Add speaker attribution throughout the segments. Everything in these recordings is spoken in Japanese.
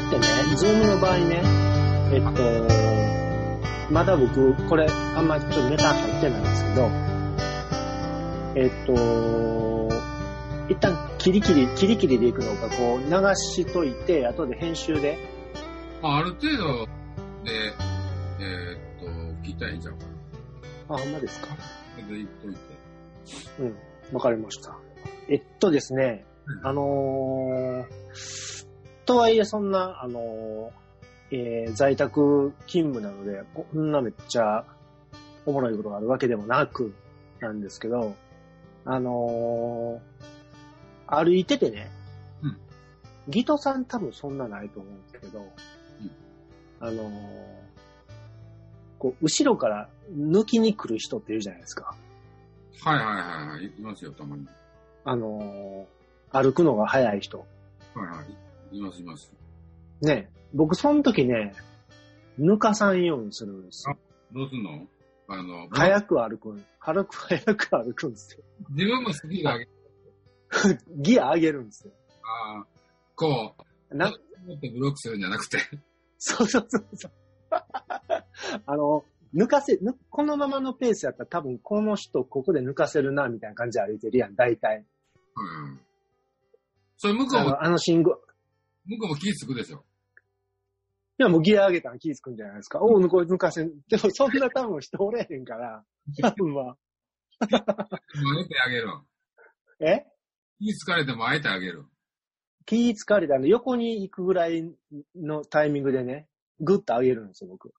Speaker 1: ズームの場合ね、えっと、まだ僕、これ、あんまちょっとネタ入ってないんですけど、えっと、一旦キリキリ、キリキリでいくのか、こう、流しといて、後で編集で。
Speaker 2: まあ、ある程度で、えーっと、聞いたらいいんちゃうかな。
Speaker 1: あ、ほんまですか
Speaker 2: それで言っといて。
Speaker 1: うん、わかりました。えっとですね、
Speaker 2: うん
Speaker 1: あのーとはいえそんな、あのーえー在宅勤務なので、こんなめっちゃおもろいことがあるわけでもなく、なんですけど、あのー歩いててね、
Speaker 2: うん
Speaker 1: ギトさん多分そんなないと思うんですけど、あのーこう、後ろから抜きに来る人っているじゃないですか。
Speaker 2: はいはいはいはい。いますよ、たまに。
Speaker 1: あのー歩くのが早い人。
Speaker 2: はいはい。いますいます。
Speaker 1: ね、僕その時ね、抜かさんようにするんですよ。
Speaker 2: どうすんのあの、
Speaker 1: 早く歩くん、軽く早く歩くんですよ。
Speaker 2: 自分も好きだけど、
Speaker 1: ギア上げるんですよ。
Speaker 2: あーこ
Speaker 1: な、
Speaker 2: う、もっとブロックするんじゃなくて。
Speaker 1: そうそうそうそう。 あの、抜かせ、抜このままのペースやったら多分この人ここで抜かせるな、みたいな感じで歩いてるやん、大体。
Speaker 2: うん。それ向こう
Speaker 1: あ
Speaker 2: も、
Speaker 1: のあの信号。
Speaker 2: 向こうも気ぃつくでしょ。
Speaker 1: いや、もうギア上げたら気づくんじゃないですか。おう、抜こう抜かせん。でもそんな多分人おれへん から、多分は。
Speaker 2: あえてあげる。
Speaker 1: え
Speaker 2: 気ぃつかれてもあえてあげる。
Speaker 1: 気ぃかれたの横に行くぐらいのタイミングでね、ぐっと上げるんですよ、僕。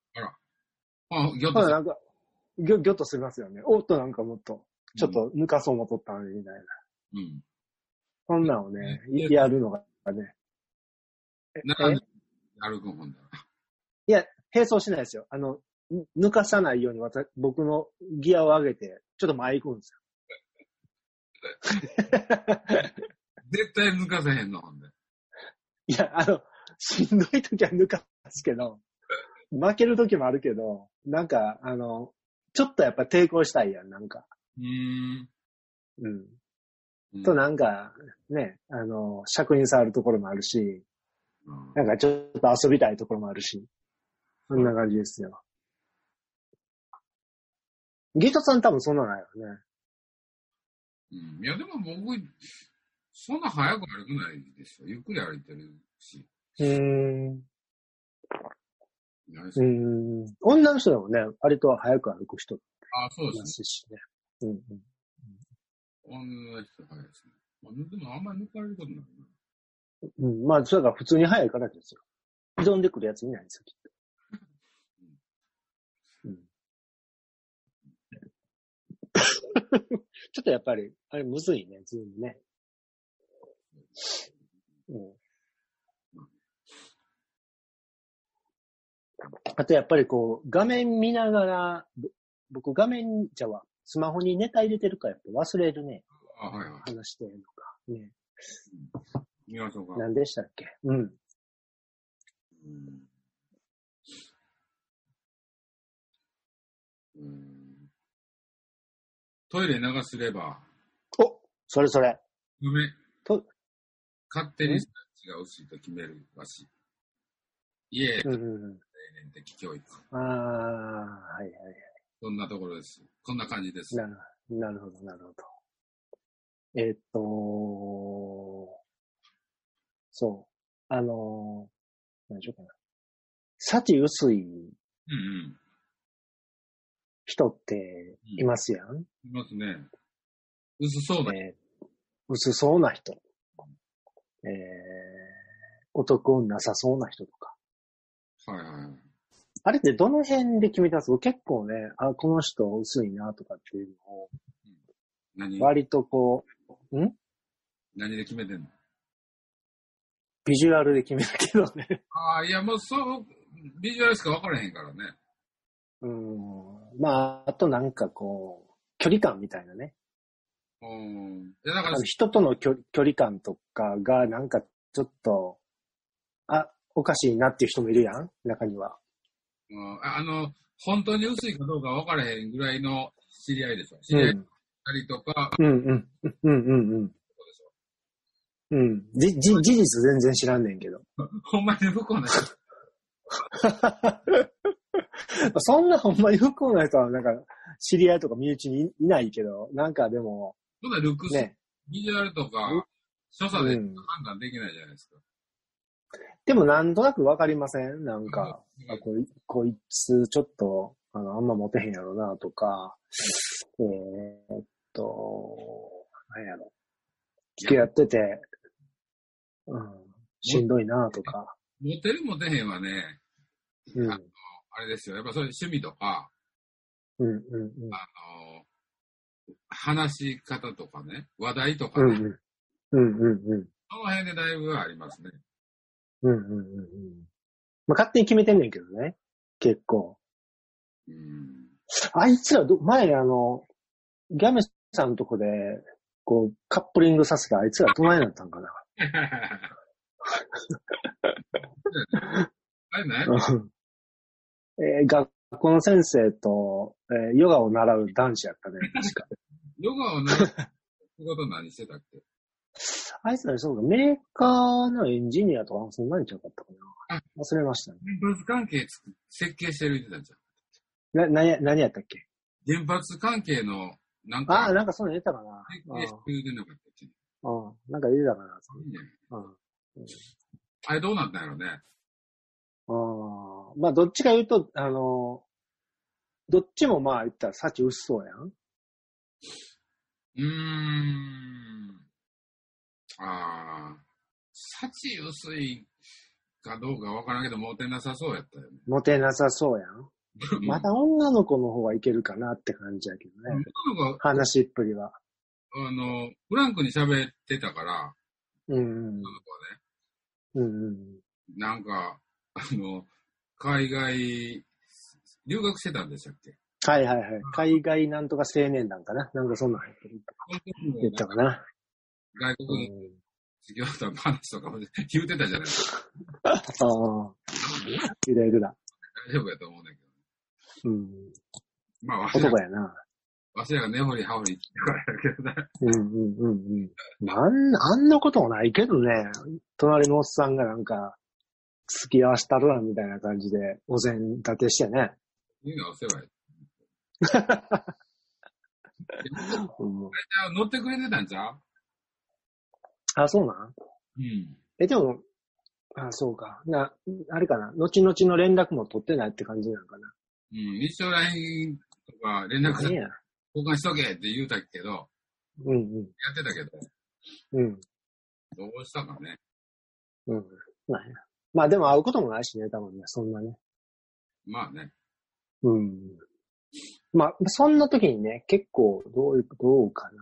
Speaker 2: あ、ぎょっ
Speaker 1: ほら、
Speaker 2: とする
Speaker 1: なんか、ぎょ、ぎょっとすりますよね。おっとなんかもっと、ちょっ。と抜かそうもとったのに、みたいな。
Speaker 2: うん。
Speaker 1: そんなのね、
Speaker 2: うん
Speaker 1: いやるのがね。え
Speaker 2: 並ん
Speaker 1: え
Speaker 2: で歩くもんだ。
Speaker 1: いや、並走しないですよ。あの、ぬ抜かさないように私、僕のギアを上げて、ちょっと前行くんですよ。
Speaker 2: 絶対抜かせへんの、ほんで。
Speaker 1: いや、あの、しんどい時は抜かすけど、負ける時もあるけど、なんか、あの、ちょっとやっぱ抵抗したいやん、なんか。
Speaker 2: うーん。
Speaker 1: うん。
Speaker 2: うん
Speaker 1: と、なんか、ね、あの、尺に触るところもあるし、
Speaker 2: うん
Speaker 1: なんかちょっと遊びたいところもあるし、そんな感じですよ。ギトさん多分そんなのないよね。
Speaker 2: うん。いや、でも僕、そんな早く歩くないでしょ。ゆっくり歩いてるし。
Speaker 1: うーん。
Speaker 2: 何し
Speaker 1: うーん。女の人でもね、割と早く歩く人い
Speaker 2: あ、そうで
Speaker 1: ますす
Speaker 2: ね。
Speaker 1: しね。うんうん。
Speaker 2: 女の人早いですね。まあでもあんまり抜かれることないな。
Speaker 1: うん、まあ、それが普通に早いからですよ。挑んでくるやついないんですよ、きっと。うん。 ちょっとやっぱり、あれむずいね、ズームね。うん。あとやっぱりこう、画面見ながら、ぼ僕画面じゃわ、スマホにネタ入れてるからやっぱ忘れるね、
Speaker 2: あ、はいはい。
Speaker 1: 話してるのか。ね。
Speaker 2: 見ましょうか。
Speaker 1: 何でしたっけうん。
Speaker 2: うんうんトイレ流すれば、
Speaker 1: おそれそれ。
Speaker 2: ごめん
Speaker 1: と
Speaker 2: 勝手に違うしと決めるわし。いえ、
Speaker 1: うんうん
Speaker 2: 青年的教育。
Speaker 1: うん。ああ、はいはいは
Speaker 2: そんなところです。こんな感じで
Speaker 1: い。
Speaker 2: す。
Speaker 1: なるなるほど、なるほど。えーっと、そう。あのー、何でしょうかな。幸薄い
Speaker 2: うんうん。
Speaker 1: 人っていますやん、
Speaker 2: いますね。薄そうだ。
Speaker 1: えー薄そうな人。えー、男なさそうな人とか。
Speaker 2: はいはいはい。
Speaker 1: あれってどの辺で決めたんですか結構ね、あ、この人薄いなとかっていうのを、
Speaker 2: 何、
Speaker 1: 割とこう、
Speaker 2: 何で決めてんの
Speaker 1: ビジュアルで決めるけどね。
Speaker 2: ああ、いや、もうそう、ビジュアルしか分からへんからね。
Speaker 1: うん。まあ、あとなんかこう、距離感みたいなね。
Speaker 2: うん。で、だか
Speaker 1: あ
Speaker 2: ら
Speaker 1: の、人との距距離感とかがなんかちょっと、あ、おかしいなっていう人もいるやん中には。
Speaker 2: うんああの、本当に薄いかどうか分からへんぐらいの知り合いでしょ。知
Speaker 1: うん
Speaker 2: り合いたりとか、
Speaker 1: うんうん。うんうんうん。うん。じ、じ、事実全然知らんねんけど。
Speaker 2: ほんまに向こうの人
Speaker 1: そんなほんまに不幸な人は、なんか、知り合いとか身内にいいないけど、なんかでも、
Speaker 2: そんなルックス、
Speaker 1: ね、
Speaker 2: ビジュアルとか
Speaker 1: うん、
Speaker 2: 所作で
Speaker 1: うん
Speaker 2: 判断できないじゃないですか。
Speaker 1: でもなんとなくわかりませんなんか、
Speaker 2: うん
Speaker 1: あこいこいつちょっと、あの、あんまモテへんやろなとか、えーっと、なんやろ。付き合ってて、うん、しんどいなとか、
Speaker 2: モテるモテへんはね、
Speaker 1: うん、う
Speaker 2: あ
Speaker 1: ん、
Speaker 2: あれですよ。やっぱそういう趣味とか、
Speaker 1: うん、
Speaker 2: あの、話し方とかね、話題とか
Speaker 1: うん、うん、
Speaker 2: ね、
Speaker 1: うん、うん、うん、うん。
Speaker 2: その辺でだいぶありますね。
Speaker 1: うんうんうんうん。まあ、勝手に決めてんねんけどね。結構。
Speaker 2: うん。
Speaker 1: あいつらど、前あの、ギャメさんのとこで、こう、カップリングさせたあいつらどないなったんかな。
Speaker 2: あれね、
Speaker 1: えー学校の先生と、えーヨガを習う男子やったね。確か。
Speaker 2: ヨガをね、仕事何してたっけ
Speaker 1: あいつらそうか、メーカーのエンジニアとか、そんなんちゃうかったかな
Speaker 2: あ。
Speaker 1: 忘れましたね。
Speaker 2: 原発関係つく設計してる言ってたじゃん。
Speaker 1: な、なや、何やったっけ
Speaker 2: 原発関係の、なん
Speaker 1: ああ、
Speaker 2: か、
Speaker 1: なんかそういうの言ったかな。
Speaker 2: 設計してるでなかったっけ
Speaker 1: うん。うんなんか言うたかな。うん。
Speaker 2: あれどうなったんやろうね。
Speaker 1: あーまあ、どっちか言うと、あの、どっちもまあ言ったら幸薄そうやん。
Speaker 2: うーん。ああ、幸薄いかどうかわからんけど、モテなさそうやったよね。
Speaker 1: モテなさそうやん。ま だ女の子の方はいけるかなって感じやけどね。
Speaker 2: 女の子、
Speaker 1: 話しっぷりは。
Speaker 2: あの、フランクに喋ってたから、
Speaker 1: うんうん
Speaker 2: 女の子はね、
Speaker 1: うんうん。
Speaker 2: なんか、あの、海外、留学してたんでしたっけ
Speaker 1: はいはいはい。海外なんとか青年団かな。なんかそんなん言ったかな。
Speaker 2: 外
Speaker 1: う
Speaker 2: 国の
Speaker 1: ん、
Speaker 2: 授業者の話とかも言うてたじゃないですか。
Speaker 1: ああ、いろいろだ。
Speaker 2: 大丈夫やと思うねんだけど。
Speaker 1: うん。
Speaker 2: まあ、わしら
Speaker 1: 男やな。
Speaker 2: わしらが根掘り葉掘り聞かれるけどね。
Speaker 1: うんうんうんうん。あんあんなこともないけどね、隣のおっさんがなんか、付き合わしたるわみたいな感じで、お膳立てしてね。
Speaker 2: いいのはお世話や。
Speaker 1: うん
Speaker 2: あ乗ってくれてたんちゃう
Speaker 1: あ、そうなん
Speaker 2: うん。
Speaker 1: え、でも、あ、そうか。な、あれかな。後々の連絡も取ってないって感じなのかな。
Speaker 2: うん。一生 LINE とか連絡
Speaker 1: 何
Speaker 2: 先
Speaker 1: や。
Speaker 2: 交換しとけって言うたけど、や
Speaker 1: うんうん。
Speaker 2: ってたけど、
Speaker 1: うん。
Speaker 2: どうしたかね。
Speaker 1: うん。まあ、まあでも会うこともないしね、多分ね、そんなね。
Speaker 2: まあね。
Speaker 1: うん。まあ、そんな時にね、結構、どういう、どうかな。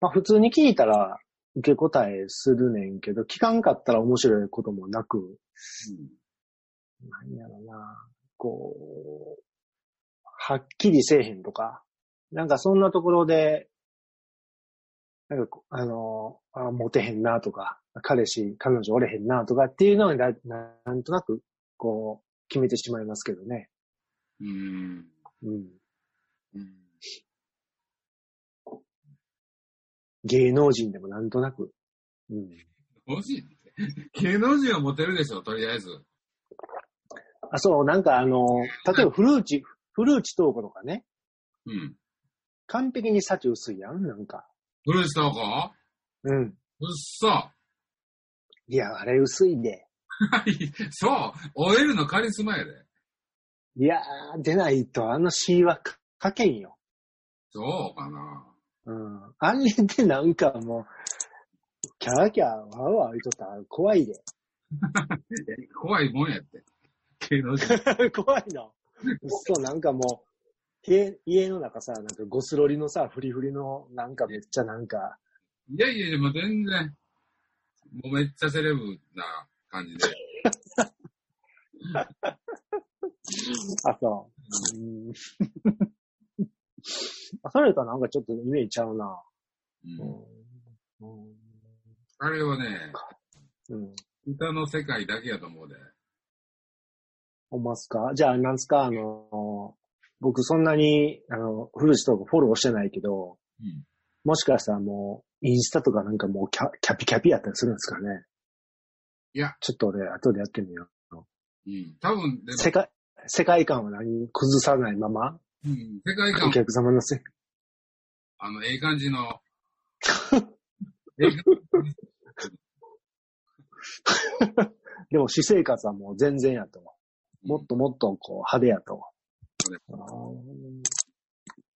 Speaker 1: まあ、普通に聞いたら、受け答えするねんけど、聞かんかったら面白いこともなく、なんやろな、こう、はっきりせえへんとか、なんかそんなところで、なんかこう、あの、あモテへんなとか、彼氏、彼女おれへんなとかっていうのにな、なんとなく、こう、決めてしまいますけどね。
Speaker 2: うん。うん。
Speaker 1: うん。
Speaker 2: うん
Speaker 1: 芸能人でもなんとなく。うん。
Speaker 2: 芸能人って。芸能人はモテるでしょ、とりあえず。
Speaker 1: あ、そう、なんかあの、例えば古内、古内東子とかね、
Speaker 2: うん。
Speaker 1: 完璧に幸薄いやん、なんか。
Speaker 2: 古内東子
Speaker 1: うん。
Speaker 2: うっそ。
Speaker 1: いや、あれ薄いで。
Speaker 2: そう。OL のカリスマやで。
Speaker 1: いやー、出ないとあの C はか書けんよ。
Speaker 2: そうかな。
Speaker 1: うん。あれでなんかもう、キャーキャー、わーわー言いとったら怖いで。
Speaker 2: 怖いもんやって。芸能人。
Speaker 1: 怖いの。そう、なんかもう、家、家の中さ、なんかゴスロリのさ、フリフリの、なんかめっちゃなんか、
Speaker 2: いやいやいや、もう全然。もうめっちゃセレブな感じで。
Speaker 1: あ、そう。うん、 あそれとはなんかちょっとイメージちゃうな。
Speaker 2: うん、
Speaker 1: うん。
Speaker 2: あれはね、
Speaker 1: うん。
Speaker 2: 歌の世界だけやと思うで。
Speaker 1: ほんますかじゃあ、なんすかあの、僕そんなに、あの、古市とかフォローしてないけど、
Speaker 2: うん。
Speaker 1: もしかしたらもう、インスタとかなんかもうキャキャピキャピやったりするんですかね
Speaker 2: いや。
Speaker 1: ちょっと俺、後でやってみよう。
Speaker 2: うん。多分、でも
Speaker 1: 世界、世界観は何崩さないまま、
Speaker 2: うん、世界観
Speaker 1: お客様のせ、
Speaker 2: あの、ええ感じの。ええ感
Speaker 1: でも私生活はもう全然やと。
Speaker 2: じ
Speaker 1: もっともっとこう派手やと
Speaker 2: 派。
Speaker 1: あ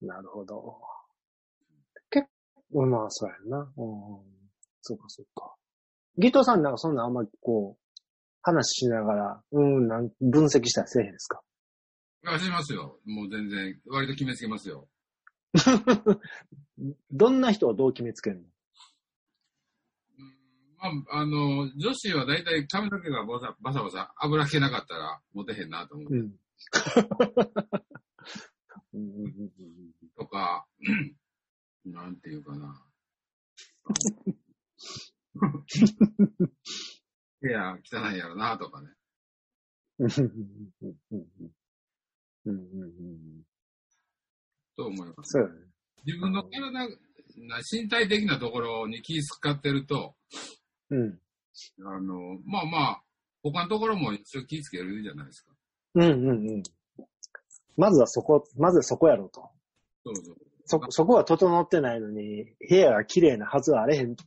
Speaker 1: ーなるほど。結構、まあそうやんな。うんそうかそうか。ギトさんなんかそんなあんまりこう、話しながら、うん、なん分析したりせえへんですか
Speaker 2: あしますよ。もう全然、割と決めつけますよ。
Speaker 1: どんな人をどう決めつけるの
Speaker 2: うんまあ、あの、女子は大体髪の毛がボサバサバサ、油気なかったらモテへんなと思う。
Speaker 1: うんうんうんうんうん。
Speaker 2: とか、なんていうかな。部屋汚いやろなとかね。
Speaker 1: うんうんうんうんうんうんうん
Speaker 2: と思います。
Speaker 1: そうよね。
Speaker 2: 自分の体な、身体的なところに気使ってると、
Speaker 1: うん。
Speaker 2: あの、まあまあ、他のところも一応気つけるじゃないですか。
Speaker 1: うんうんうん。まずはそこ、まずそこやろうと。
Speaker 2: そうそう。
Speaker 1: そ、そこは整ってないのに、部屋が綺麗なはずはあれへんと。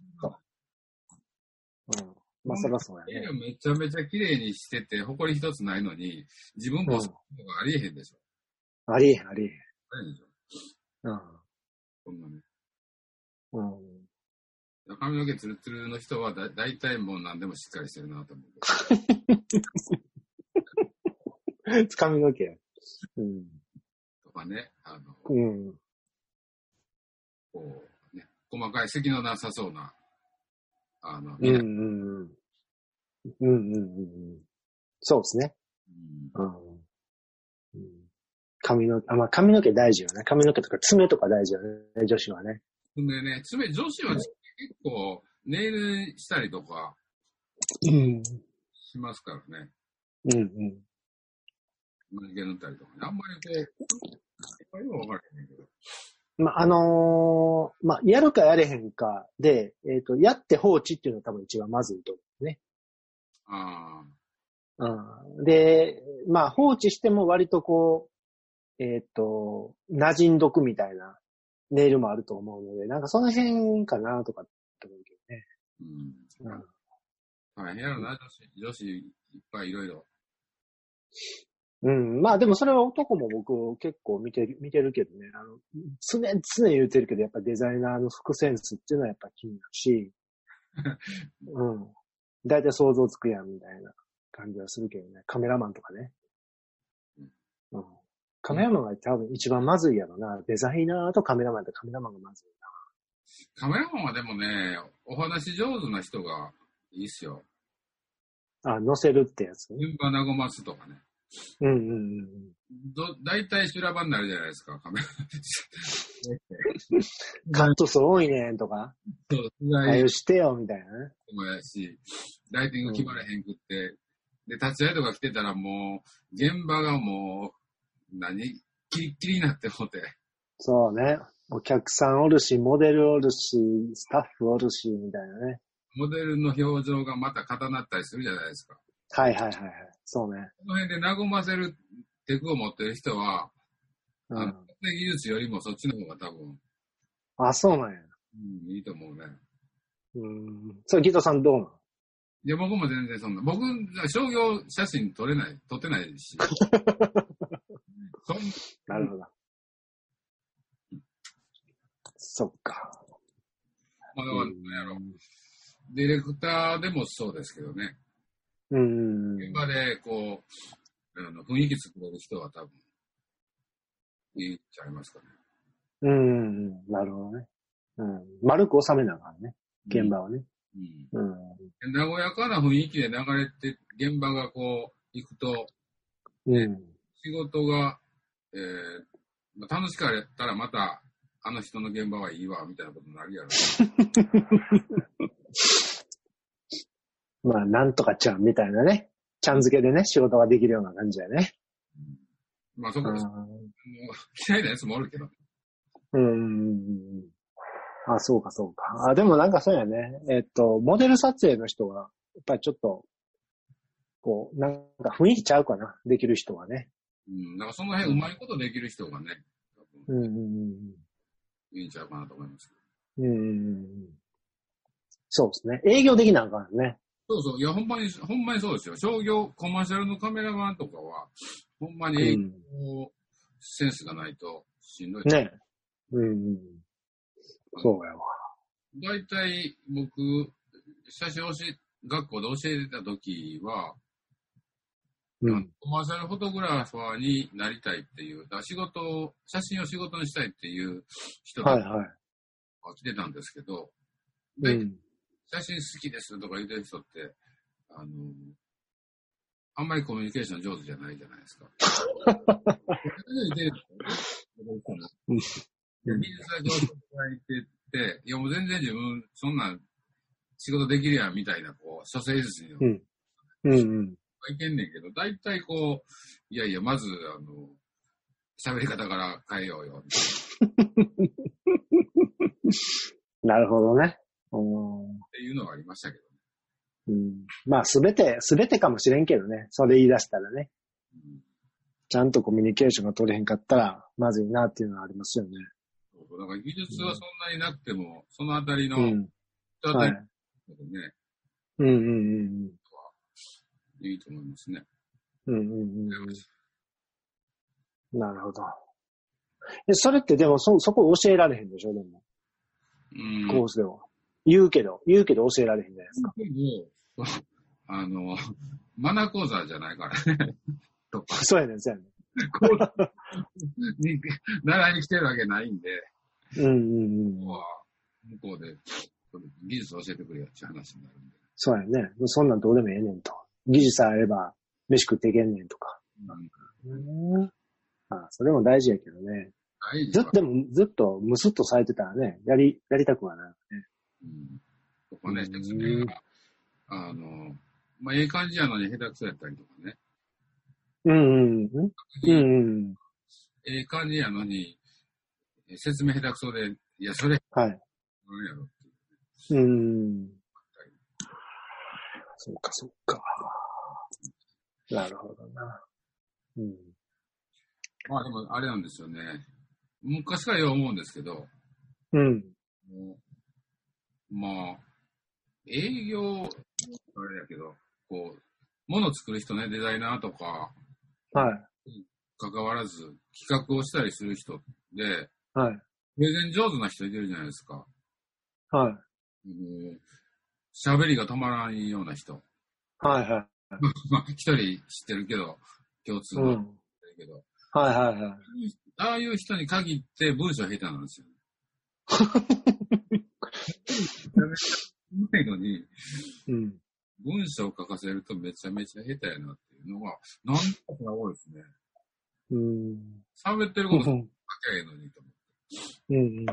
Speaker 1: うん。まあ、そらそう
Speaker 2: 部
Speaker 1: やね。
Speaker 2: 屋めちゃめちゃ綺麗にしてて、埃一つないのに、自分ボスとかありえへんでしょ。
Speaker 1: ありえへん、ありえ
Speaker 2: ありえへんでしょ。
Speaker 1: へん。
Speaker 2: そんなに。
Speaker 1: うん。うん。
Speaker 2: 髪の毛ツルツルの人はだ大体もう何でもしっかりしてるなと思う。
Speaker 1: つかみの毛。うん。
Speaker 2: とかね、あの、
Speaker 1: うん。
Speaker 2: こう、ね、細かい咳のなさそうな、あの、
Speaker 1: うんうん
Speaker 2: ね
Speaker 1: うん。うんうんうんうん。そうですね。
Speaker 2: うん
Speaker 1: うん。うん髪の、あ、まあ、髪の毛大事よね。髪の毛とか爪とか大事よね、女子はね。
Speaker 2: ほんでね、爪、女子は結構、ネイルしたりとか
Speaker 1: うん。
Speaker 2: しますからね。
Speaker 1: うんうん。
Speaker 2: 抜け塗ったりとかね。あんまりこう、よくわからへんけど。
Speaker 1: まあ、あのーまあ、やるかやれへんかで、えっ、と、やって放置っていうのが多分一番まずいと思うね。
Speaker 2: ああ、
Speaker 1: うん、で、まあ、放置しても割とこう、えっ、と、馴染んどくみたいなネイルもあると思うので、なんかその辺かなとかって思うけどね。
Speaker 2: う
Speaker 1: う
Speaker 2: ん。
Speaker 1: ん
Speaker 2: 大変やろな、女子、女子いっぱいいろいろ。
Speaker 1: うん。まあでもそれは男も僕結構見てる、見てるけどね。あの、常、常言ってるけど、やっぱデザイナーの服センスっていうのはやっぱ気になる し、うん。だいたい想像つくやんみたいな感じはするけどね。カメラマンとかね。うん。カメラマンが多分一番まずいやろな。デザイナーとカメラマンってカメラマンがまずい
Speaker 2: カメラマンはでもね、お話上手な人がいいっすよ。
Speaker 1: な。あ、乗せるってやつね。
Speaker 2: 順番和ますとかね。
Speaker 1: うんうんうんうん。
Speaker 2: ど、大体修羅場になるじゃないですか、カメラ。
Speaker 1: カット数多いねんとか、
Speaker 2: そう、
Speaker 1: あ
Speaker 2: 取
Speaker 1: あ
Speaker 2: 材
Speaker 1: いうしてよみたいなね。
Speaker 2: もやし、ライティング決まらへんくって、で、立ち会いとか来てたらもう、現場がもう、何キリッキリになってもうて。
Speaker 1: そうね。お客さんおるし、モデルおるし、スタッフおるし、みたいなね。
Speaker 2: モデルの表情がまた固なったりするじゃないですか。
Speaker 1: はいはいはいはい。そうね。
Speaker 2: この辺で和ませるテクを持ってる人は、
Speaker 1: う
Speaker 2: あの
Speaker 1: ん。
Speaker 2: 技術よりもそっちの方が多分、
Speaker 1: あ、そうなんや。
Speaker 2: うん、いいと思うね。
Speaker 1: うん。それ、ギトさんどうなん
Speaker 2: いや、僕も全然そんな。僕、商業写真撮れない、撮ってないし。そん
Speaker 1: なるほど。そっか。
Speaker 2: まあ
Speaker 1: う
Speaker 2: なん
Speaker 1: ん
Speaker 2: やろ。ディレクターでもそうですけどね。
Speaker 1: うん。
Speaker 2: 現場で、こう、あの雰囲気作れる人は多分、いいんちゃいますかね。
Speaker 1: うん。なるほどね。うん。丸く収めながらね。現場をね。
Speaker 2: うん。
Speaker 1: うん。
Speaker 2: うん。和やかな雰囲気で流れて、現場がこう、行くと、
Speaker 1: うん。
Speaker 2: 仕事が、えーまあ、楽しかったらまた、あの人の現場はいいわ、みたいなことになるやろ。
Speaker 1: まあ、なんとかちゃんみたいなね。ちゃん付けでね、仕事ができるような感じだよね。
Speaker 2: まあ、そこ、
Speaker 1: う。
Speaker 2: もうん嫌いなやつもおるけど。
Speaker 1: うん。あ、そうか、そうか。あ、でもなんかそうやね。えっと、モデル撮影の人は、やっぱりちょっと、こう、なんか雰囲気ちゃうかな、できる人はね。
Speaker 2: うん。なんかその辺うまいことできる人がね、多分
Speaker 1: うんうん
Speaker 2: いいんちゃうかなと思いますけ
Speaker 1: うんうん。うんうんうんそうですね。営業できなあかんね。
Speaker 2: ど。そうそう。いや、ほんまに、ほんまにそうですよ。商業、コマーシャルのカメラマンとかは、ほんま
Speaker 1: う
Speaker 2: に営
Speaker 1: ん。
Speaker 2: 業センスがないとしんどい。
Speaker 1: ね。うんうん。そうやわ。
Speaker 2: 大体僕、写真教え、学校で教えてた時は、
Speaker 1: うん。
Speaker 2: コマーシャルフォトグラファーになりたいっていう、だから仕事を、写真を仕事にしたいっていう人
Speaker 1: はい
Speaker 2: が
Speaker 1: は
Speaker 2: 来てたんですけど、
Speaker 1: い。
Speaker 2: で、
Speaker 1: うん。
Speaker 2: 写真好きですとか言ってる人って、あの、あんまりコミュニケーション上手じゃないじゃない ですか。で
Speaker 1: うん
Speaker 2: 技術は上手とか言ってて、いやもう全然自分、そんなん仕事できるやんみたいな、こう、諸生術に
Speaker 1: うんうん。
Speaker 2: いけんねんけど、大体こう、いやいや、まず、あの、喋り方から変えようよ。
Speaker 1: なるほどね。うん
Speaker 2: っていうのがありましたけど、
Speaker 1: うん、まあ、すべて、すべてかもしれんけどね。それ言い出したらね。
Speaker 2: うん
Speaker 1: ちゃんとコミュニケーションが取れへんかったら、まずいなっていうのはありますよね。
Speaker 2: そうそうだから技術はそんなになくても、そのあたりの、
Speaker 1: うん。
Speaker 2: 人あた
Speaker 1: は
Speaker 2: り
Speaker 1: い。
Speaker 2: のことね、
Speaker 1: うんうんうん
Speaker 2: いいと思いますね。
Speaker 1: うん。うんうんうんうん。なるほど。え、それってでも、そ、そこ教えられへんでしょ、でも。
Speaker 2: うん。
Speaker 1: コースでは。言うけど、言うけど教えられへんじゃないですか。
Speaker 2: でも、そう あの、マナー講座じゃな いからね。とか、
Speaker 1: そうやねん、そうやね
Speaker 2: 講座に習いに来てるわけないんで、
Speaker 1: ん。うんうんうん。
Speaker 2: もう向こうで技術を教えてくれよっていう話になるんで。
Speaker 1: そうやね。そんなんどうでもええねんと。技術さえあれば、飯食っていけんねんとか。
Speaker 2: うん、
Speaker 1: うん。あ、それも大事やけどね。
Speaker 2: 大事
Speaker 1: ずっと、
Speaker 2: は
Speaker 1: でも、ずっと、むすっとされてたらね、やり、やりたくはな
Speaker 2: うんそこね、説明が、あの、まあ、ええ感じやのに下手くそやったりとかね。
Speaker 1: る。うんうん。うんうん。
Speaker 2: ええ感じやのに、え説明下手くそで、いや、それ、
Speaker 1: はい。
Speaker 2: なんやろっていう
Speaker 1: うん。そうか、そうか。なるほどな。うん。
Speaker 2: まあでも、あれなんですよね。昔からよう思うんですけど、
Speaker 1: うん。
Speaker 2: もうまあ、営業、あれだけど、こう、物作る人ね、デザイナーとか、
Speaker 1: はい。
Speaker 2: 関わらず、企画をしたりする人で、
Speaker 1: はい。
Speaker 2: プレゼン上手な人いてるじゃないですか。
Speaker 1: はい。
Speaker 2: もう喋りが止まらないような人。
Speaker 1: はいは
Speaker 2: まあ、一人知ってるけど、共
Speaker 1: い。
Speaker 2: 通
Speaker 1: う
Speaker 2: の知って
Speaker 1: ん。
Speaker 2: るけど、
Speaker 1: はいはいはい。
Speaker 2: ああいう人に限って文章下手なんですよ。うまいのに、
Speaker 1: うん。
Speaker 2: 文章を書かせるとめちゃめちゃ下手やなっていうのが、なんだか多いですね。
Speaker 1: うん。
Speaker 2: 喋ってる
Speaker 1: う
Speaker 2: こと書
Speaker 1: ん。
Speaker 2: けへんのにと思
Speaker 1: うん。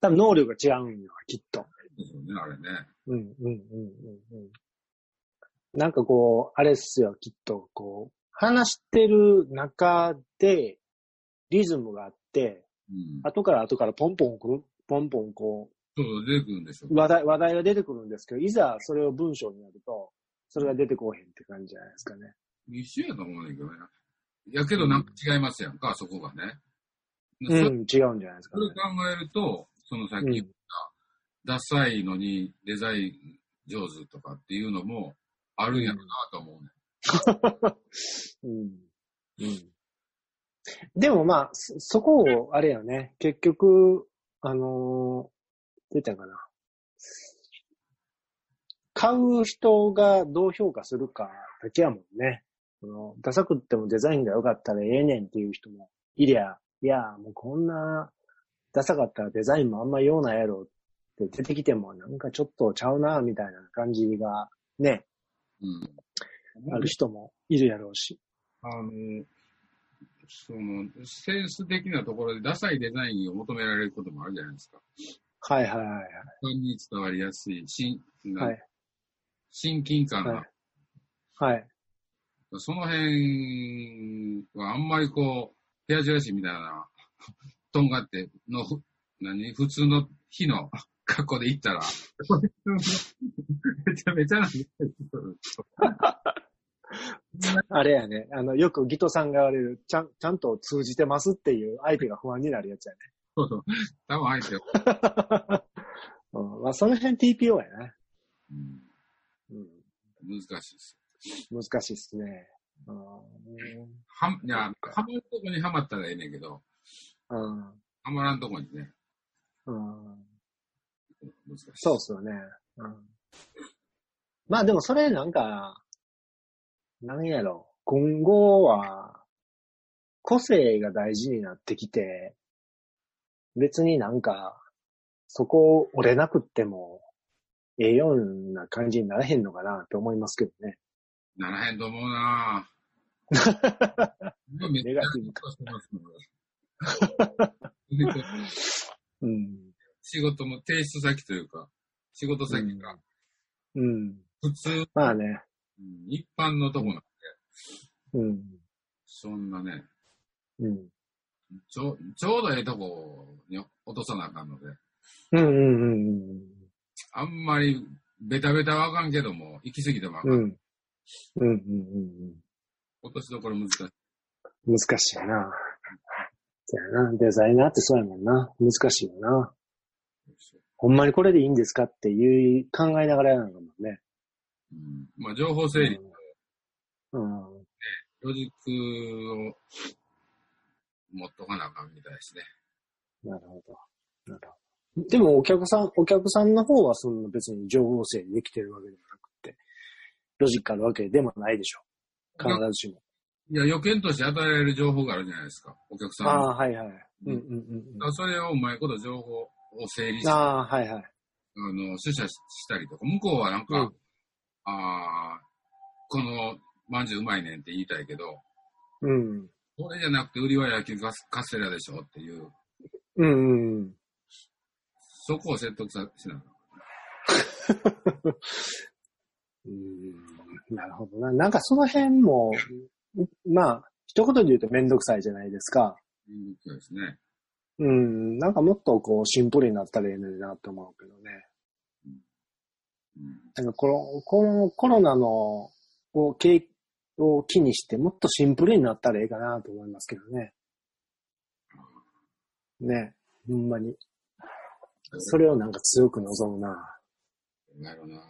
Speaker 1: 多分能力が違うんよ、きっと。
Speaker 2: うんですよね、あれね。
Speaker 1: うん、うん、うん、うん。うんなんかこう、あれっすよ、きっと、こう、話してる中で、リズムがあって、
Speaker 2: うん。
Speaker 1: 後から後からポンポンこう、ポンポンこ
Speaker 2: そう、出てくるんでしょう
Speaker 1: う、話題、話題が出てくるんですけど、いざそれを文章になると、それが出てこうへんって感じじゃないですかね。
Speaker 2: 一緒やと思うねんけどね。やけどなんか違いますやんか、そこがね。
Speaker 1: う
Speaker 2: そ
Speaker 1: ん、違
Speaker 2: れ
Speaker 1: うんじゃないですか
Speaker 2: それ
Speaker 1: ね
Speaker 2: 考。えると、そのさっき
Speaker 1: う
Speaker 2: 言っ
Speaker 1: ん
Speaker 2: た、ダサいのにデザイン上手とかっていうのもあるんやろなと思うね。
Speaker 1: うんうんでもまあ、そ、そこを、あれよね、結局、あのー出たかな。買う人がどう評価するかだけやもんね。そのダサくってもデザインが良かったらええねんっていう人もいりゃ、いや、もうこんなダサかったらデザインもあんまようないやろって出てきてもなんかちょっとちゃうなみたいな感じがね、
Speaker 2: うん。
Speaker 1: ある人もいるやろうし。
Speaker 2: あの、その、センス的なところでダサいデザインを求められることもあるじゃないですか。
Speaker 1: はいはいはいはい。
Speaker 2: 人に伝わりやすい、親、な
Speaker 1: はい
Speaker 2: 親近感が、
Speaker 1: はいはい。
Speaker 2: その辺はあんまりこう、ヘ アジェラシーみたいな、とんがっての、ふ何普通の日の 格好で行ったら、 めちゃめちゃなんですよ
Speaker 1: あれやね。あの、よくギトさんが言われる、ちゃん、ちゃんと通じてますっていう相手が不安になるやつやね。
Speaker 2: そうそう。多分相手は、
Speaker 1: うん、まあ、その辺 TPO やな。
Speaker 2: うん
Speaker 1: うん、
Speaker 2: 難しいです。
Speaker 1: 難しいっすね。うん
Speaker 2: は、いや、はまるとこにはまったらええねんけど、
Speaker 1: うん
Speaker 2: はまらんとこにね、
Speaker 1: うん、
Speaker 2: 難しい。
Speaker 1: そうっすよね。うん、まあでもそれなんか、なんやろ。今後は、個性が大事になってきて、別になんか、そこを折れなくっても、ええような感じにならへんのかなって思いますけどね。
Speaker 2: ならへんと思う なぁ。めっち
Speaker 1: ネ
Speaker 2: ゃ
Speaker 1: ガティブか。
Speaker 2: そうしてます
Speaker 1: う
Speaker 2: もん
Speaker 1: ん。
Speaker 2: 仕事も提出先というか、仕事先が
Speaker 1: うん。
Speaker 2: 普通、うん
Speaker 1: まあね。
Speaker 2: 一般のとこなんで、
Speaker 1: うん。
Speaker 2: そんなね、
Speaker 1: うん。
Speaker 2: ちょちょうどええとこに落とさなあかんので、
Speaker 1: うんうん
Speaker 2: あんまりベタベタはあかんけども、行き過ぎてもあか。
Speaker 1: うんうんん。うん。うんうんうん
Speaker 2: 落としどころ難しい。
Speaker 1: うん。難しいな。そうやな。デザイナーってそうやもんな。難しいよな。ほんまにこれでいいんですかっていう考えながらやるのかもね。
Speaker 2: うん、まあ、情報整理、
Speaker 1: うん。うん。
Speaker 2: ロジックを持っとかなあかんみたいですね。
Speaker 1: なるほど。なるほど。でもお客さん、お客さんの方はそんな別に情報整理できてるわけでもなくって、ロジックあるわけでもないでしょ。必ずしも。
Speaker 2: いや、予見として与えられる情報があるじゃないですか、お客さんに。
Speaker 1: ああ、はいはい。うんうん
Speaker 2: だからそれをうまいこと情報を整理
Speaker 1: う
Speaker 2: し
Speaker 1: ん。
Speaker 2: て、あ
Speaker 1: ああ、はいはい。
Speaker 2: の、取捨したりとか、向こうはなんか、
Speaker 1: うん
Speaker 2: ああ、このまんじゅううまいねんって言いたいけど、
Speaker 1: うん。
Speaker 2: これじゃなくて売りは野球カスカステラでしょっていう、
Speaker 1: うんうんうん。
Speaker 2: そこを説得さしながら。
Speaker 1: うーんなるほどな。なんかその辺も、まあ、一言で言うとめんどくさいじゃないですか。
Speaker 2: いうことですね。
Speaker 1: うん、なんかもっとこうシンプルになったらいいのになって思うけどね。
Speaker 2: うん
Speaker 1: なんかこの、このコロナのを経を機にしてもっとシンプルになったらいいかなと思いますけどね。ね、ほんまに。それをなんか強く望むな。
Speaker 2: なるほどな。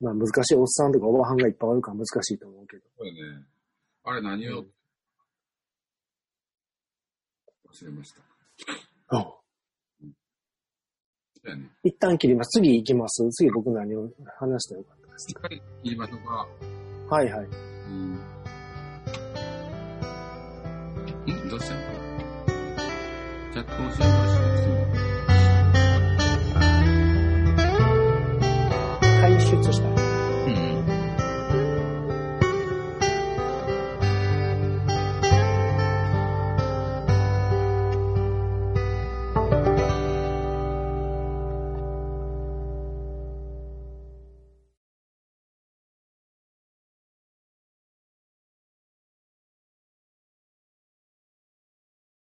Speaker 1: まあ難しいおっさんとかおばはんがいっぱいおるから難しいと思うけど。
Speaker 2: これね、あれ何を、
Speaker 1: うん
Speaker 2: 忘れました。そうやね。
Speaker 1: 一旦切ります。次行きます。次僕何を話したらよかったです
Speaker 2: しっかり言いましょうか。
Speaker 1: かはいはい。
Speaker 2: うん。んどうしたのチャットを教えましょう。
Speaker 1: 退出した。
Speaker 2: 嗯